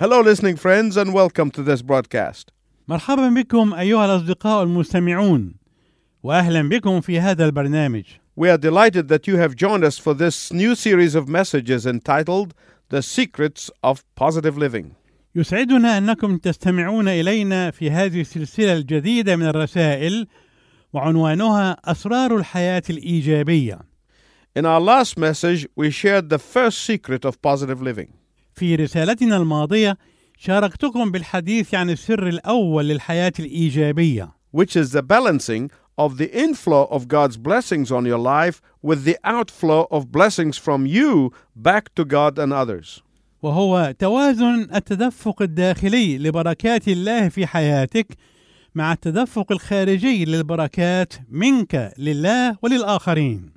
Hello, listening friends, and welcome to this broadcast. مرحبا بكم أيها الأصدقاء المستمعون وأهلا بكم في هذا البرنامج We are delighted that you have joined us for this new series of messages entitled The Secrets of Positive Living. يسعدنا أنكم تستمعون إلينا في هذه السلسلة الجديدة من الرسائل وعنوانها أسرار الحياة الإيجابية In our last message, we shared the first secret of positive living. في رسالتنا الماضية شاركتكم بالحديث عن السر الأول للحياة الإيجابية which is the balancing of the inflow of God's blessings on your life with the outflow of blessings from you back to God and others. وهو توازن التدفق الداخلي لبركات الله في حياتك مع التدفق الخارجي للبركات منك لله وللآخرين.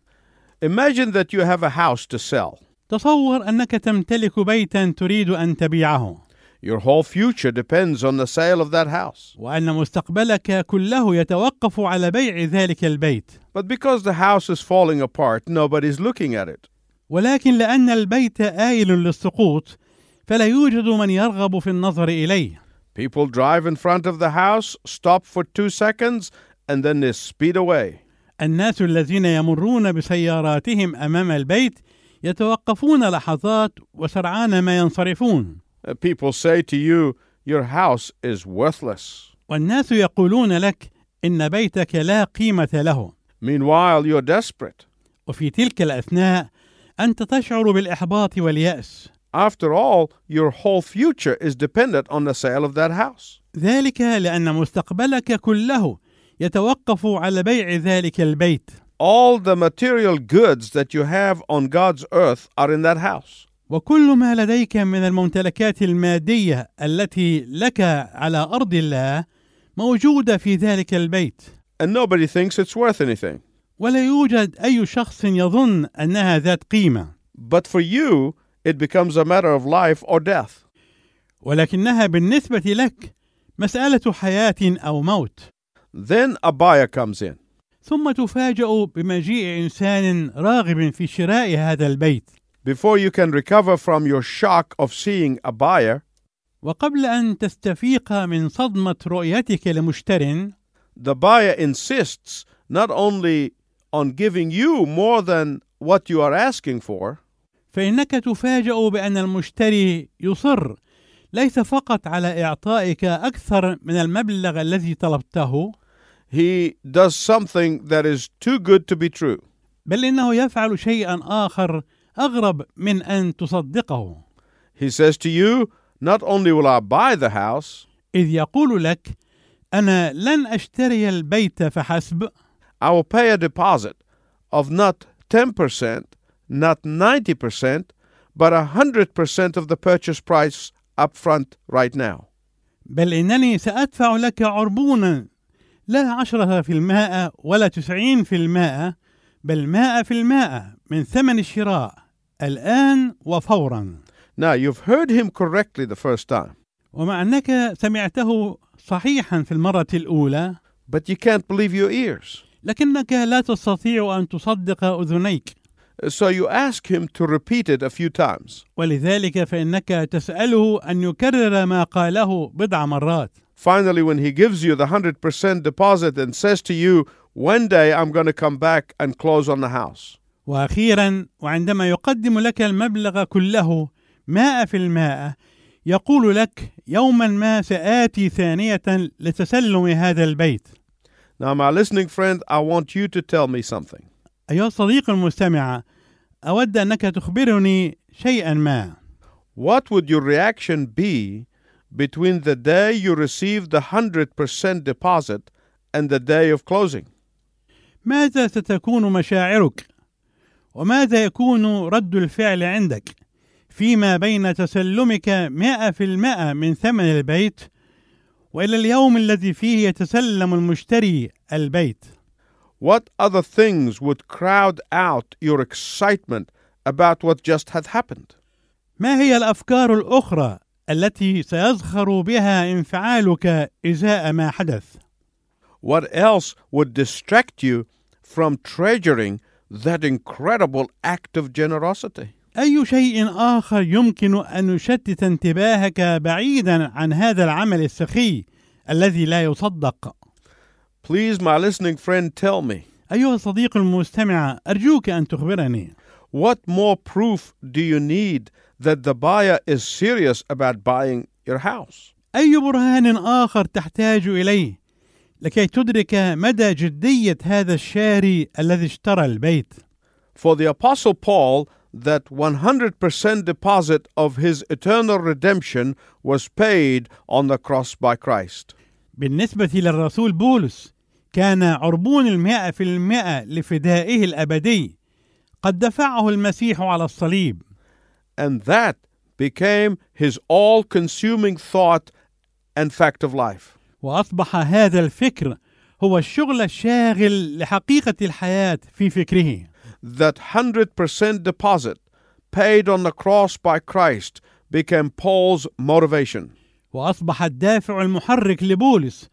Imagine that you have a house to sell. تصور أنك تمتلك بيتا تريد أن تبيعه Your whole future depends on the sale of that house. وأن مستقبلك كله يتوقف على بيع ذلك البيت. But because the house is falling apart, nobody's looking at it. ولكن لأن البيت آيل للسقوط فلا يوجد من يرغب في النظر إليه. People drive in front of the house, stop for two seconds, and then they speed away. الناس الذين يمرون بسياراتهم امام البيت يتوقفون لحظات وسرعان ما ينصرفون Uh, People say to you, Your house is worthless. والناس يقولون لك ان بيتك لا قيمه له Meanwhile, you're desperate. وفي تلك الاثناء انت تشعر بالاحباط والياس After all, your whole future is dependent on the sale of that house. ذلك لان مستقبلك كله يتوقف على بيع ذلك البيت All the material goods that you have on God's earth are in that house. وكل ما لديك من الممتلكات الماديه التي لك على ارض الله موجوده في ذلك البيت And nobody thinks it's worth anything. ولا يوجد أي شخص يظن أنها ذات قيمة، But for you, it becomes a matter of life or death. ولكنها بالنسبة لك مسألة حياة أو موت، Then a buyer comes in. ثم تفاجأ بمجيء إنسان راغب في شراء هذا البيت، Before you can recover from your shock of seeing a buyer, وقبل أن تستفيق من صدمة رؤيتك لمشتر، the buyer insists not only on giving you more than what you are asking for, فإنك تفاجأ بأن المشتري يصر ليس فقط على إعطائك أكثر من المبلغ الذي طلبته، he does something that is too good to be true. بل إنه يفعل شيئا آخر أغرب من أن تصدقه. He says to you, Not only will I buy the house, إذ يقول لك أنا لن أشتري البيت فحسب I will pay a deposit of not 10%, not 90%, but 100% of the purchase price up front right now. بل إنني سأدفع لك عربونا لا عشرة في المائة ولا تسعين في المائة بل مائة في المائة من ثمن الشراء الآن وفورا Now, you've heard him correctly the first time, ومع أنك سمعته صحيحا في المرة الأولى but you can't believe your ears. لكنك لا تستطيع أن تصدق أذنيك So you ask him to repeat it a few times. ولذلك فإنك تسأله أن يكرر ما قاله بضع مرات Finally, when he gives you the 100% deposit and says to you, One day I'm going to come back and close on the house. وأخيرا وعندما يقدم لك المبلغ كله مائة في المائة يقول لك يوما ما سآتي ثانية لتسلم هذا البيت Now, my listening friend, I want you to tell me something. أيها الصديق المستمع أود أنك تخبرني شيئا ما What would your reaction be between the day you receive the 100% deposit and the day of closing? ماذا ستكون مشاعرك وماذا يكون رد الفعل عندك فيما بين تسلمك مائة في المائة من ثمن البيت وإلى اليوم الذي فيه يتسلم المشتري البيت What other things would crowd out your excitement about what just had happened? ما هي الأفكار الأخرى التي سيزخر بها انفعالك إزاء ما حدث؟ What else would distract you from treasuring that incredible act of generosity? أي شيء آخر يمكن أن يشتت انتباهك بعيدا عن هذا العمل السخي الذي لا يصدق؟ Please, my listening friend, tell me أيها الصديق المستمع أرجوك أن تخبرني what more proof do you need that the buyer is serious about buying your house? أي برهان آخر تحتاج إليه لكي تدرك مدى جدية هذا الشاري الذي اشترى البيت؟ For the Apostle Paul, that 100% deposit of his eternal redemption was paid on the cross by Christ. بالنسبة للرسول بولس كان عربون المئة في المئة لفدائه الأبدي قد دفعه المسيح على الصليب And that became his all consuming thought and fact of life. وأصبح هذا الفكر هو الشغل الشاغل لحقيقة الحياة في فكره That 100% deposit paid on the cross by Christ became Paul's motivation. وأصبح الدافع المحرك لبولس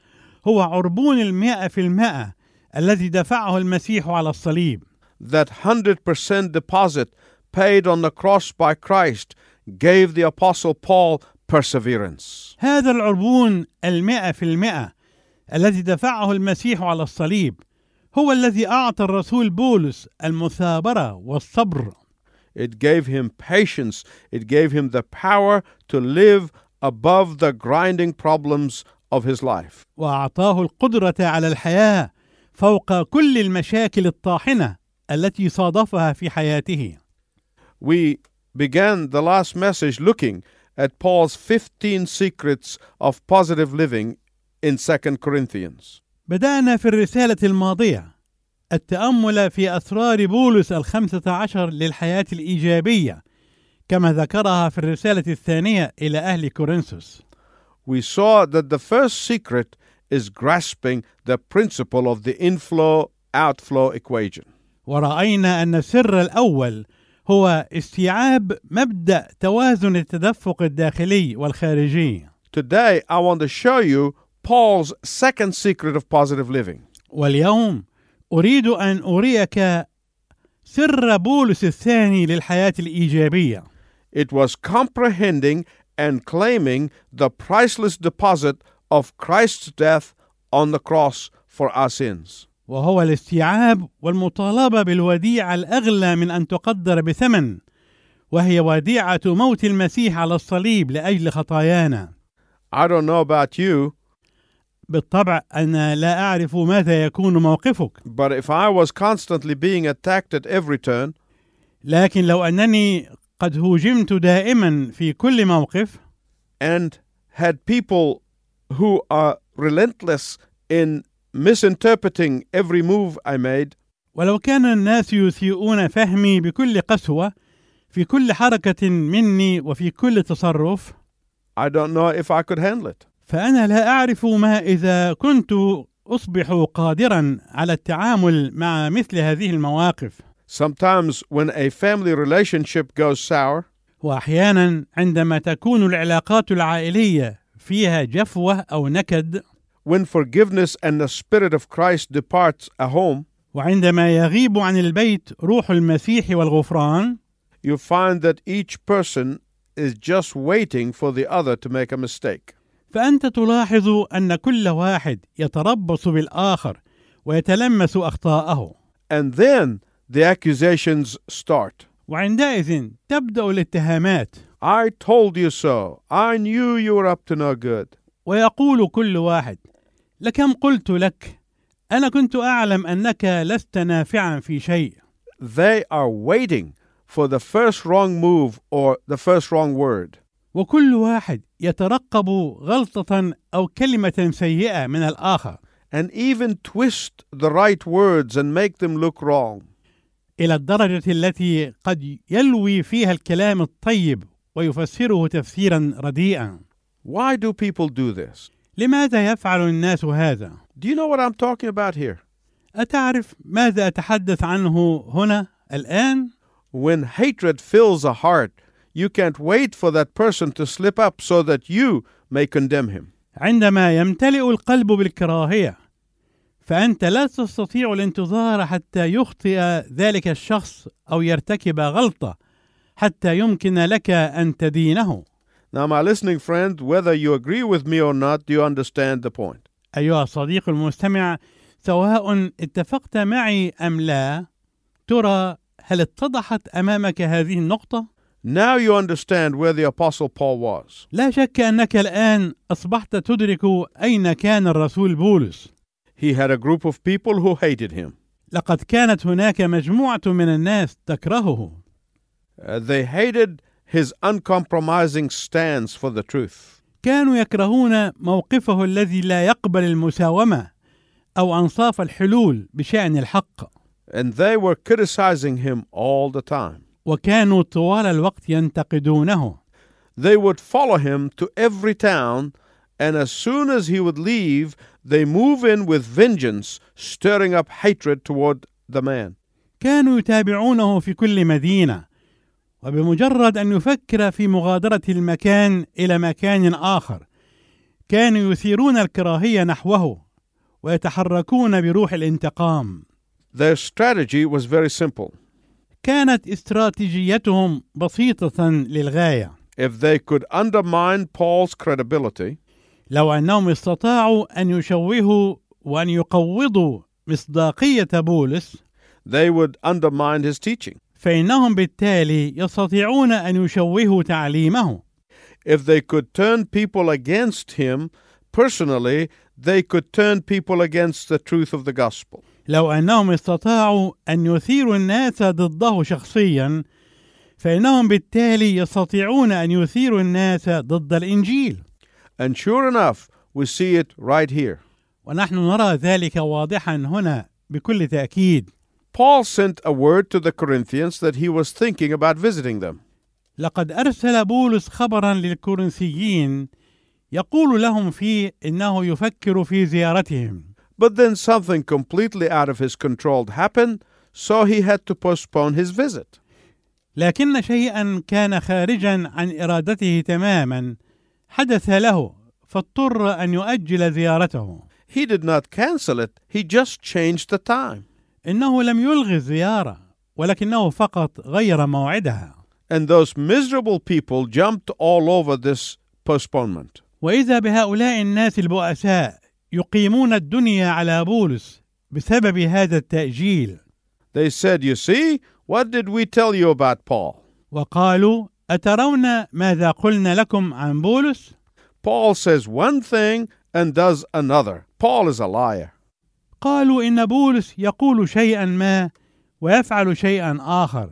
هو عربون المئة في المئة الذي دفعه المسيح على الصليب that 100% deposit paid on the cross by Christ gave the Apostle Paul perseverance. هذا العربون المئة في المئة الذي دفعه المسيح على الصليب هو الذي أعطى الرسول بولس المثابرة والصبر It gave him patience, it gave him the power to live above the grinding problems of his life. وأعطاه القدرة على الحياة فوق كل المشاكل الطاحنة التي صادفها في حياته We began the last message looking at Paul's 15 secrets of positive living in 2 Corinthians. بدأنا في الرسالة الماضية التأمل في أسرار بولس الخمسة عشر للحياة الإيجابية كما ذكرها في الرسالة الثانية إلى أهل كورنثوس we saw that the first secret is grasping the principle of the inflow outflow equation. ورأينا أن السر الأول هو استيعاب مبدأ توازن التدفق الداخلي والخارجي Today, I want to show you Paul's second secret of positive living. واليوم أريد أن أريك سر بولس الثاني للحياة الإيجابية It was comprehending and claiming the priceless deposit of Christ's death on the cross for our sins. وهو الاستيعاب والمطالبة بالوديعة الأغلى من أن تقدر بثمن وهي وديعة موت المسيح على الصليب لأجل خطايانا I don't know about you, بالطبع أنا لا أعرف ماذا يكون موقفك but if I was constantly being attacked at every turn, لكن لو أنني قد هوجمت دائما في كل موقف and had people who are relentless in misinterpreting every move I made, ولو كان الناس يسيئون فهمي بكل قسوة في كل حركة مني وفي كل تصرف I don't know if I could handle it. فأنا لا أعرف ما إذا كنت أصبح قادرا على التعامل مع مثل هذه المواقف Sometimes when a family relationship goes sour, وأحيانا عندما تكون العلاقات العائلية فيها جفوة أو نكد when forgiveness and the Spirit of Christ departs a home, وعندما يغيب عن البيت روح المسيح والغفران you find that each person is just waiting for the other to make a mistake. فأنت تلاحظ أن كل واحد يتربص بالآخر ويتلمس أخطاءه And then the accusations start. وعندئذ تبدأ الاتهامات I told you so. I knew you were up to no good. ويقول كل واحد لكم قلت لك انا كنت اعلم انك لست نافعا في شيء they are waiting for the first wrong move or the first wrong word. وكل واحد يترقب غلطه او كلمه سيئه من الاخر And even twist the right words and make them look wrong. الى الدرجه التي قد يلوي فيها الكلام الطيب ويفسره تفسيرا رديئا Why do people do this? لماذا يفعل الناس هذا Do you know what I'm talking about here? اتعرف ماذا اتحدث عنه هنا الان When hatred fills a heart, you can't wait for that person to slip up so that you may condemn him. عندما يمتلئ القلب بالكراهيه فانت لا تستطيع الانتظار حتى يخطئ ذلك الشخص او يرتكب غلطه حتى يمكن لك أن تدينه Now, my listening friend, whether you agree with me or not, do you understand the point? أيها الصديق المستمع سواء اتفقت معي أم لا ترى هل اتضحت أمامك هذه النقطة؟ Now you understand where the Apostle Paul was. لا شك أنك الآن أصبحت تدرك أين كان الرسول بولس He had a group of people who hated him. لقد كانت هناك مجموعة من الناس تكرهه Uh, they hated his uncompromising stance for the truth. كانوا يكرهون موقفه الذي لا يقبل المساومة أو أنصاف الحلول بشأن الحق And they were criticizing him all the time. وكانوا طوال الوقت ينتقدونه They would follow him to every town, and as soon as he would leave, they move in with vengeance, stirring up hatred toward the man. كانوا يتابعونه في كل مدينة وبمجرد أن يفكر في مغادرة المكان إلى مكان آخر كانوا يثيرون الكراهية نحوه ويتحركون بروح الانتقام Their strategy was very simple. كانت استراتيجيتهم بسيطة للغاية If they could undermine Paul's credibility, لو أنهم استطاعوا أن يشوهوا وأن يقوضوا مصداقية بولس they would undermine his teaching. فإنهم بالتالي يستطيعون أن يشوهوا تعليمه If they could turn people against him personally, they could turn people against the truth of the gospel. لو أنهم استطاعوا أن يثيروا الناس ضده شخصيا فإنهم بالتالي يستطيعون أن يثيروا الناس ضد الإنجيل And sure enough, we see it right here. ونحن نرى ذلك واضحا هنا بكل تأكيد Paul sent a word to the Corinthians that he was thinking about visiting them. لقد أرسل بولس خبرا للكورنثيين يقول لهم فيه إنه يفكر في زيارتهم But then something completely out of his control happened, so he had to postpone his visit. لكن شيئا كان خارجا عن إرادته تماما حدث له فاضطر أن يؤجل زيارته He did not cancel it, he just changed the time. إنه لم يلغي الزيارة ولكنه فقط غير موعدها And those miserable people jumped all over this postponement. وإذا بهؤلاء الناس البؤساء يقيمون الدنيا على بولس بسبب هذا التأجيل They said, You see, what did we tell you about Paul? وقالوا أترون ماذا قلنا لكم عن بولس؟ Paul says one thing and does another. Paul is a liar. قالوا إن بولس يقول شيئا ما ويفعل شيئا آخر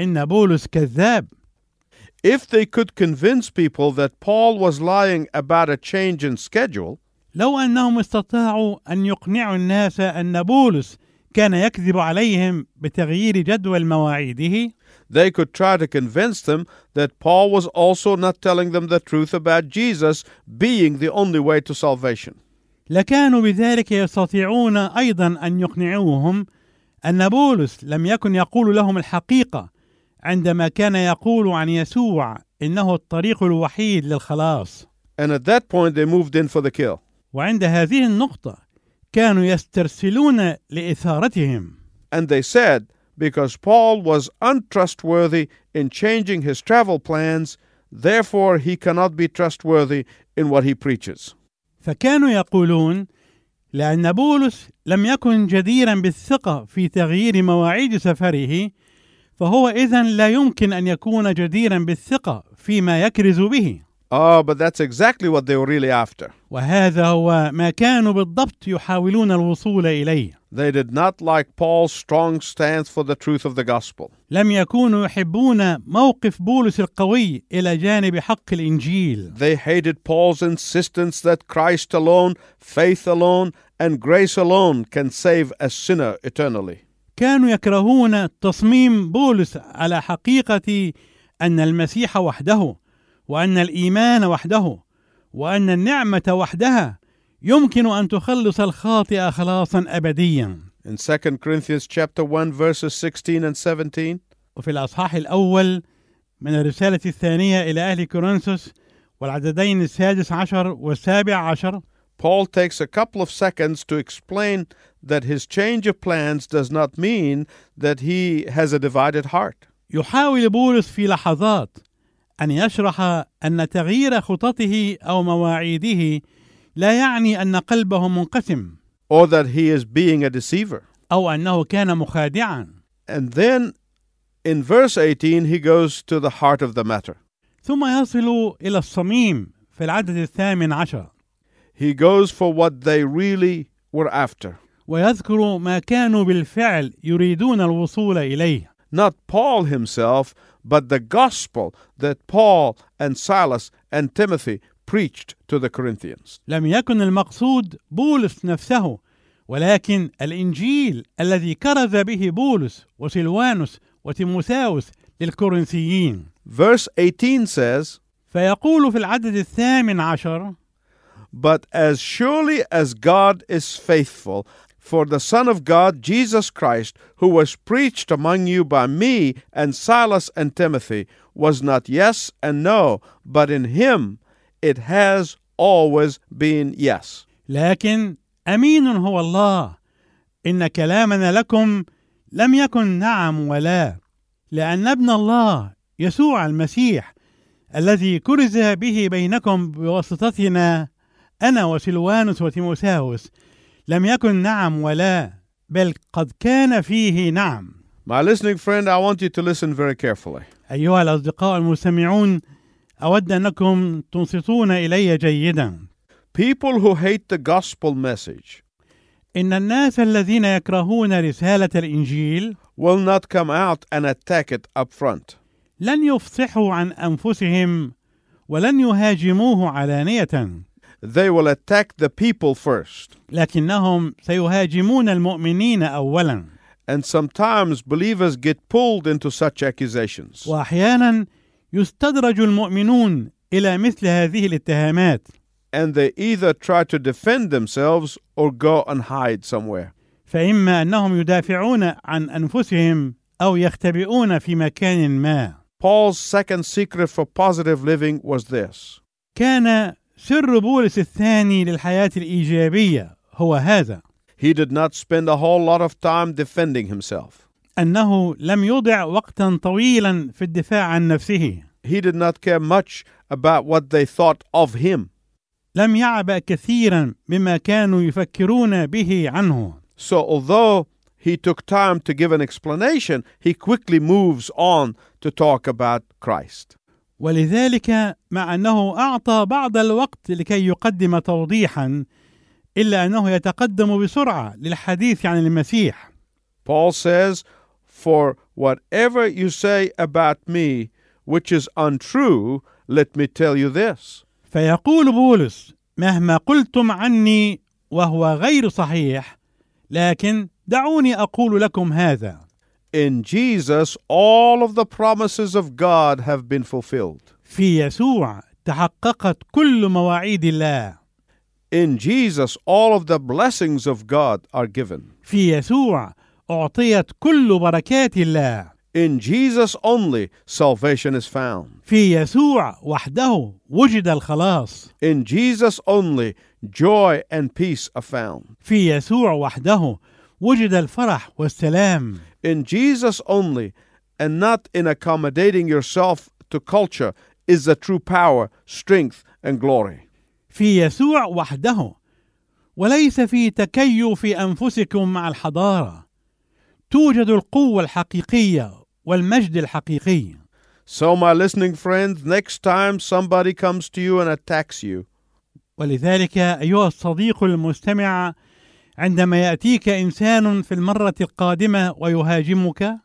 إن بولس كذاب If they could convince people that Paul was lying about a change in schedule, لو أنهم استطاعوا أن يقنعوا الناس أن بولس كان يكذب عليهم بتغيير جدول مواعيده they could try to convince them that Paul was also not telling them the truth about Jesus being the only way to salvation. لكانوا بذلك يستطيعون أيضا أن يقنعوهم أن بولس لم يكن يقول لهم الحقيقة عندما كان يقول عن يسوع إنه الطريق الوحيد للخلاص And at that point, they moved in for the kill. وعند هذه النقطة كانوا يسترسلون لإثارتهم And they said, because Paul was untrustworthy in changing his travel plans, therefore he cannot be trustworthy in what he preaches. فكانوا يقولون لأن بولس لم يكن جديرا بالثقة في تغيير مواعيد سفره فهو إذا لا يمكن أن يكون جديرا بالثقة فيما يكرز به Oh, but that's exactly what they were really after. وهذا هو ما كانوا بالضبط يحاولون الوصول إليه They did not like Paul's strong stance for the truth of the gospel. لم يكونوا يحبون موقف بولس القوي إلى جانب حق الإنجيل They hated Paul's insistence that Christ alone, faith alone, and grace alone can save a sinner eternally. كانوا يكرهون تصميم بولس على حقيقة أن المسيح وحده وأن الإيمان وحده وأن النعمة وحدها يمكن أن تخلص الخاطئ خلاصا أبديا In 2 Corinthians chapter 1 verses 16 and 17, وفي الأصحاح الأول من الرسالة الثانية إلى أهل كورنثوس والعددين السادس عشر والسابع عشر Paul takes a couple of seconds to explain that his change of plans does not mean that he has a divided heart. يحاول بولس في لحظات أن يشرح أن تغيير خططه أو مواعيده لا يعني أن قلبه منقسم or that he is being a deceiver. أو أنه كان مخادعا And then in verse 18, he goes to the heart of the matter. ثم يصل إلى الصميم في العدد الثامن عشر He goes for what they really were after. ويذكر ما كانوا بالفعل يريدون الوصول إليه Not Paul himself, but the gospel that Paul and Silas and Timothy preached to the Corinthians. لم يكن المقصود بولس نفسه ولكن الإنجيل الذي كرز به بولس وسلوانوس وتيموثاوس للكورنثيين Verse 18 says, فيقول في العدد الثامن عشر But as surely as God is faithful, for the Son of God, Jesus Christ, who was preached among you by me and Silas and Timothy, was not yes and no, but in him it has always been yes. لكن امين هو الله ان كلامنا لكم لم يكن نعم ولا لان ابن الله يسوع المسيح الذي كرز به بينكم بواسطتنا انا وسلوانوس وتيموثاوس لم يكن نعم ولا بل قد كان فيه نعم My listening friend, I want you to listen very carefully. ايها الاصدقاء المستمعون اود انكم تنصتون الي جيدا People who hate the gospel message ان الناس الذين يكرهون رساله الانجيل will not come out and attack it up front. لن يفصحوا عن انفسهم ولن يهاجموه علانيه They will attack the people first. لكنهم سيهاجمون المؤمنين اولا And sometimes believers get pulled into such accusations. واحيانا يستدرج المؤمنون الى مثل هذه الاتهامات and they either try to defend themselves or go and hide somewhere. فاما انهم يدافعون عن انفسهم او يختبئون في مكان ما Paul's second secret for positive living was this كان سر بولس الثاني للحياه الايجابيه هو هذا he did not spend a whole lot of time defending himself. انه لم يضع وقتا طويلا في الدفاع عن نفسه He did not care much about what they thought of him. لم يعبأ كثيرا بما كانوا يفكرون به عنه So, although he took time to give an explanation, he quickly moves on to talk about Christ. ولذلك مع أنه أعطى بعض الوقت لكي يقدم توضيحا إلا أنه يتقدم بسرعة للحديث عن المسيح Paul says, For whatever you say about me, which is untrue, let me tell you this. فيقول بولس مهما قلتم عني وهو غير صحيح لكن دعوني أقول لكم هذا In Jesus, all of the promises of God have been fulfilled. في يسوع تحققت كل مواعيد الله In Jesus, all of the blessings of God are given. في يسوع أعطيت كل بركات الله In Jesus only, salvation is found. في يسوع وحده وجد الخلاص In Jesus only, joy and peace are found. في يسوع وحده وجد الفرح والسلام In Jesus only, and not in accommodating yourself to culture, is the true power, strength, and glory. في يسوع وحده وليس في تكيف انفسكم مع الحضاره توجد القوه الحقيقيه والمجد الحقيقي So, my listening friends, next time somebody comes to you and attacks you, ولذلك ايها الصديق المستمع عندما ياتيك انسان في المره القادمه ويهاجمك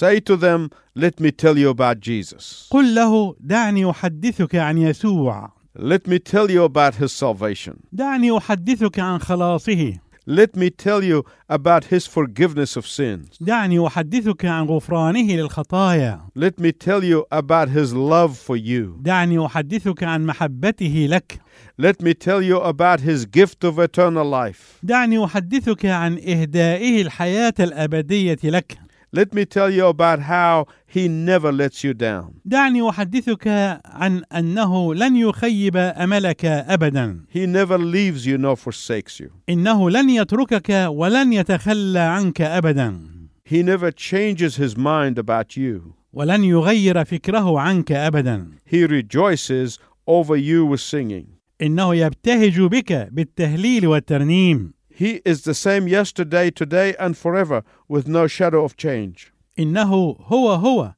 Say to them, Let me tell you about Jesus. قل له دعني احدثك عن يسوع Let me tell you about his salvation. دعني احدثك عن خلاصه Let me tell you about his forgiveness of sins. دعني أحدثك عن غفرانه للخطايا Let me tell you about his love for you. دعني أحدثك عن محبته لك Let me tell you about his gift of eternal life. دعني أحدثك عن إهدائه الحياة الأبدية لك Let me tell you about how he never lets you down. دعني أحدثك عن أنه لن يخيب أملك أبدا He never leaves you nor forsakes you. إنه لن يتركك ولن يتخلى عنك أبدا He never changes his mind about you. ولن يغير فكره عنك ابدا He rejoices over you with singing. انه يبتهج بك بالتهليل والترنيم He is the same yesterday, today, and forever, with no shadow of change. انه هو هو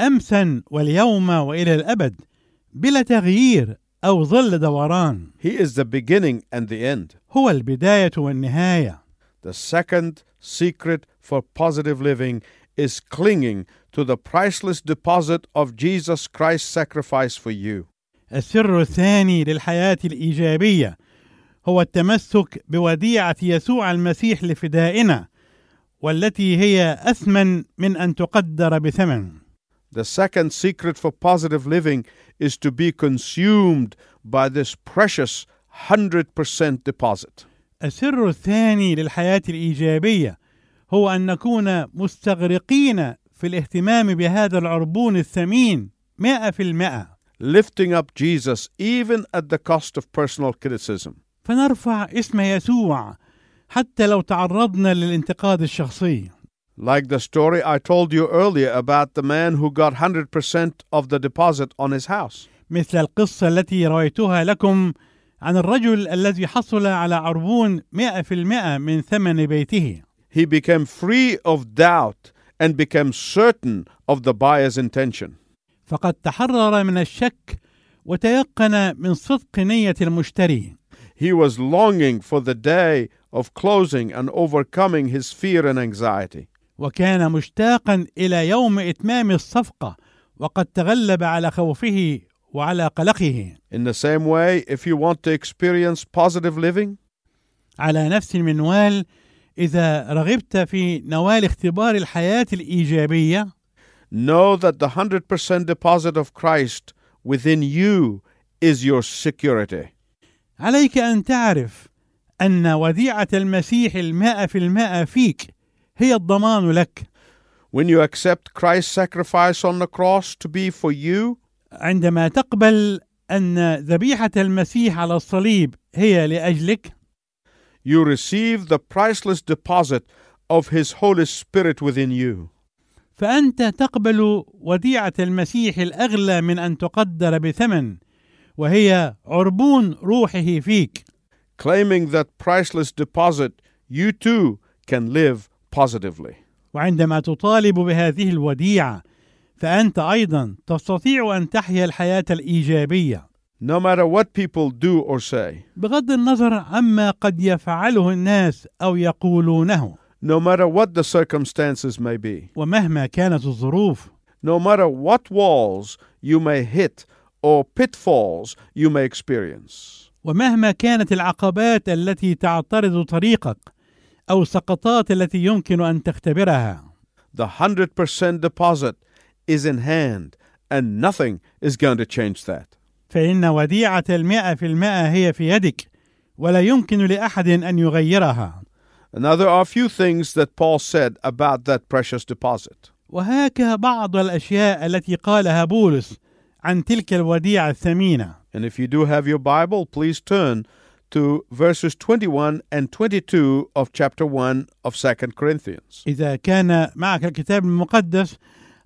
امسا واليوم والى الابد بلا تغيير او ظل دوران He is the beginning and the end. هو البدايه والنهايه The second secret for positive living is clinging to the priceless deposit of Jesus Christ's sacrifice for you. السر الثاني للحياه الايجابيه هو التمسك بوديعه يسوع المسيح لفدائنا والتي هي اثمن من ان تقدر بثمن The second secret for positive living is to be consumed by this precious 100% deposit. السر الثاني للحياة الإيجابية هو أن نكون مستغرقين في الاهتمام بهذا العربون الثمين مائة في المائة Lifting up Jesus even at the cost of personal criticism. فنرفع اسم يسوع حتى لو تعرضنا للانتقاد الشخصي Like the story I told you earlier about the man who got 100% of the deposit on his house. مثل القصة التي رويتها لكم عن الرجل الذي حصل على عربون مائة في المائة من ثمن بيته He became free of doubt and became certain of the buyer's intention. فقد تحرر من الشك وتيقن من صدق نية المشتري He was longing for the day of closing and overcoming his fear and anxiety. وكان مشتاقا الى يوم اتمام الصفقه وقد تغلب على خوفه وعلى قلقه In the same way, if you want to experience positive living, على نفس المنوال اذا رغبت في نوال اختبار الحياه الايجابيه know that the 100% deposit of Christ within you is your security. عليك ان تعرف ان وديعه المسيح الماء في الماء فيك هي الضمان لك When you accept Christ's sacrifice on the cross to be for you, عندما تقبل ان ذبيحه المسيح على الصليب هي لاجلك you receive the priceless deposit of His Holy Spirit within you. فأنت تقبل وديعة المسيح الأغلى من أن تقدر بثمن وهي عربون روحه فيك Claiming that priceless deposit, you too can live positively. وعندما تطالب بهذه الوديعة فأنت أيضا تستطيع أن تحيا الحياة الإيجابية No matter what people do or say, بغض النظر عما قد يفعله الناس أو يقولونه no matter what the circumstances may be. ومهما كانت الظروف no matter what walls you may hit or pitfalls you may experience. ومهما كانت العقبات التي تعترض طريقك أو السقطات التي يمكن أن تختبرها The 100% deposit is in hand, and nothing is going to change that. فإن وديعة المئة في المئة هي في يدك ولا يمكن لأحد أن يغيرها And there are a few things that Paul said about that precious deposit. وهاك بعض الأشياء التي قالها بولس عن تلك الوديعة الثمينة And if you do have your Bible, please turn to verses 21 and 22 of chapter 1 of 2 Corinthians. إذا كان معك الكتاب المقدس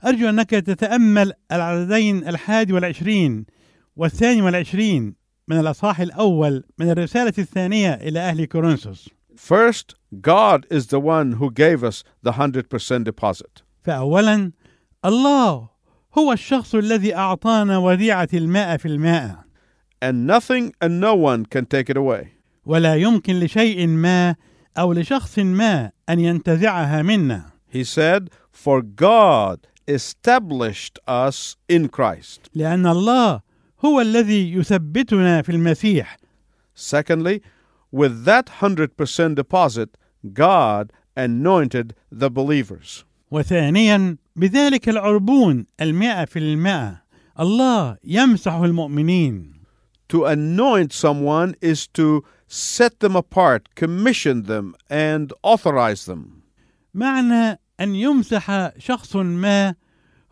أرجو أنك تتأمل العددين الحادي والعشرين والثاني والعشرين من الأصحاح الأول من الرسالة الثانية إلى أهل كورنثوس First, God is the one who gave us the 100% deposit. فأولا الله هو الشخص الذي أعطانا وديعة الماء في الماء and nothing and no one can take it away. ولا يمكن لشيء ما او لشخص ما ان ينتزعها منا He said, For God established us in Christ. لان الله هو الذي يثبتنا في المسيح Secondly, with that 100% deposit, God anointed the believers. وثانيا بذلك العربون المئة في المئة الله يمسح المؤمنين To anoint someone is to set them apart, commission them, and authorize them. معنى ان يمسح شخص ما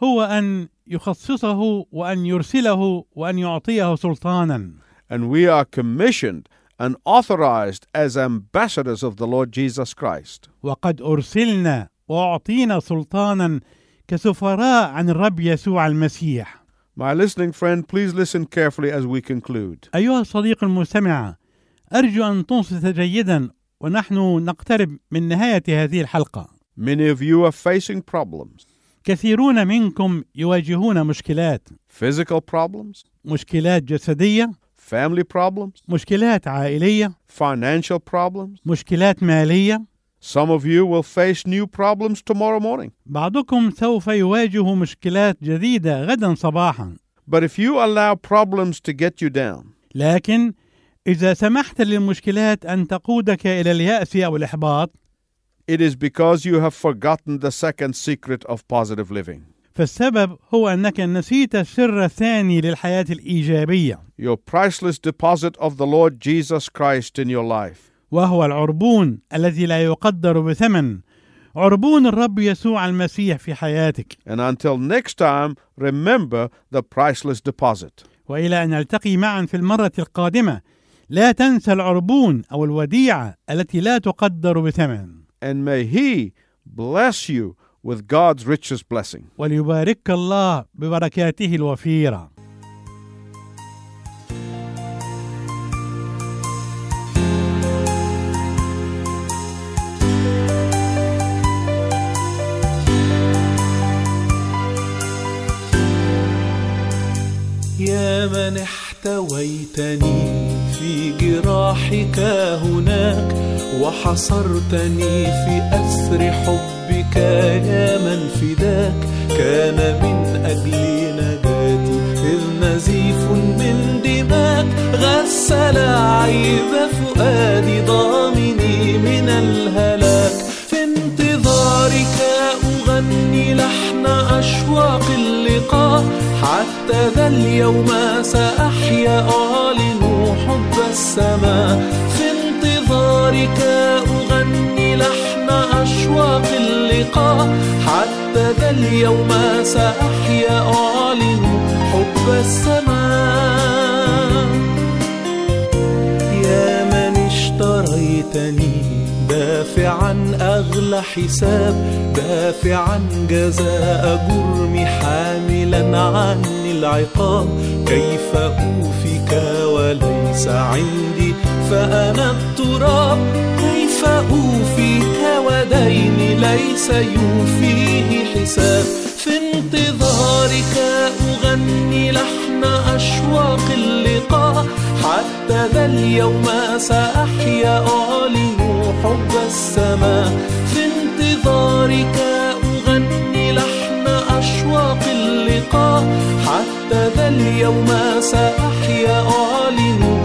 هو ان يخصصه وان يرسله وان يعطيه سلطانا And we are commissioned and authorized as ambassadors of the Lord Jesus Christ. وقد ارسلنا وأعطينا سلطانا كسفراء عن الرب يسوع المسيح My listening friend, please listen carefully as we conclude. أيها الصديق المستمع أرجو أن تنصت جيدا ونحن نقترب من نهاية هذه الحلقة Many of you are facing problems كثيرون منكم يواجهون مشكلات physical problems, مشكلات جسدية family problems, مشكلات عائلية financial problems. مشكلات مالية Some of you will face new problems tomorrow morning. بعضكم سوف يواجه مشكلات جديدة غدا صباحا But if you allow problems to get you down, لكن إذا سمحت للمشكلات أن تقودك إلى اليأس أو الإحباط it is because you have forgotten the second secret of positive living. فالسبب هو أنك نسيت السر الثاني للحياة الإيجابية Your priceless deposit of the Lord Jesus Christ in your life. وهو العربون الذي لا يقدر بثمن عربون الرب يسوع المسيح في حياتك And until next time, remember the priceless deposit. وإلى أن نلتقي معا في المرة القادمة لا تنسى العربون أو الوديعة التي لا تقدر بثمن And may He bless you with God's richest blessing. وليبارك الله ببركاته الوفيره يا من احتويتني في جراحك هناك وحصرتني في أسر حبك يا من فداك كان من أجلي نجاتي إذ نزيف من دماك غسل عيب فؤادي ضامني من الهلاك في انتظارك أغني لحن أشواق اللقاء حتى ذا اليوم سأحيا أعلن حب السماء في انتظارك أغني لحن أشواق اللقاء حتى ذا اليوم سأحيا أعلن حب السماء يا من اشتريتني دافعا أغلى حساب دافعا جزاء جرمي حاملا عني العقاب كيف أوفك وليس عندي فأنا التراب كيف أوفيك وديني ليس يوفيه حساب في انتظارك أغني لحن أشواق اللقاء حتى ذا اليوم سأحيا أعلن حب السماء في انتظارك أغني لحن أشواق اللقاء حتى ذا اليوم سأحيا أعلن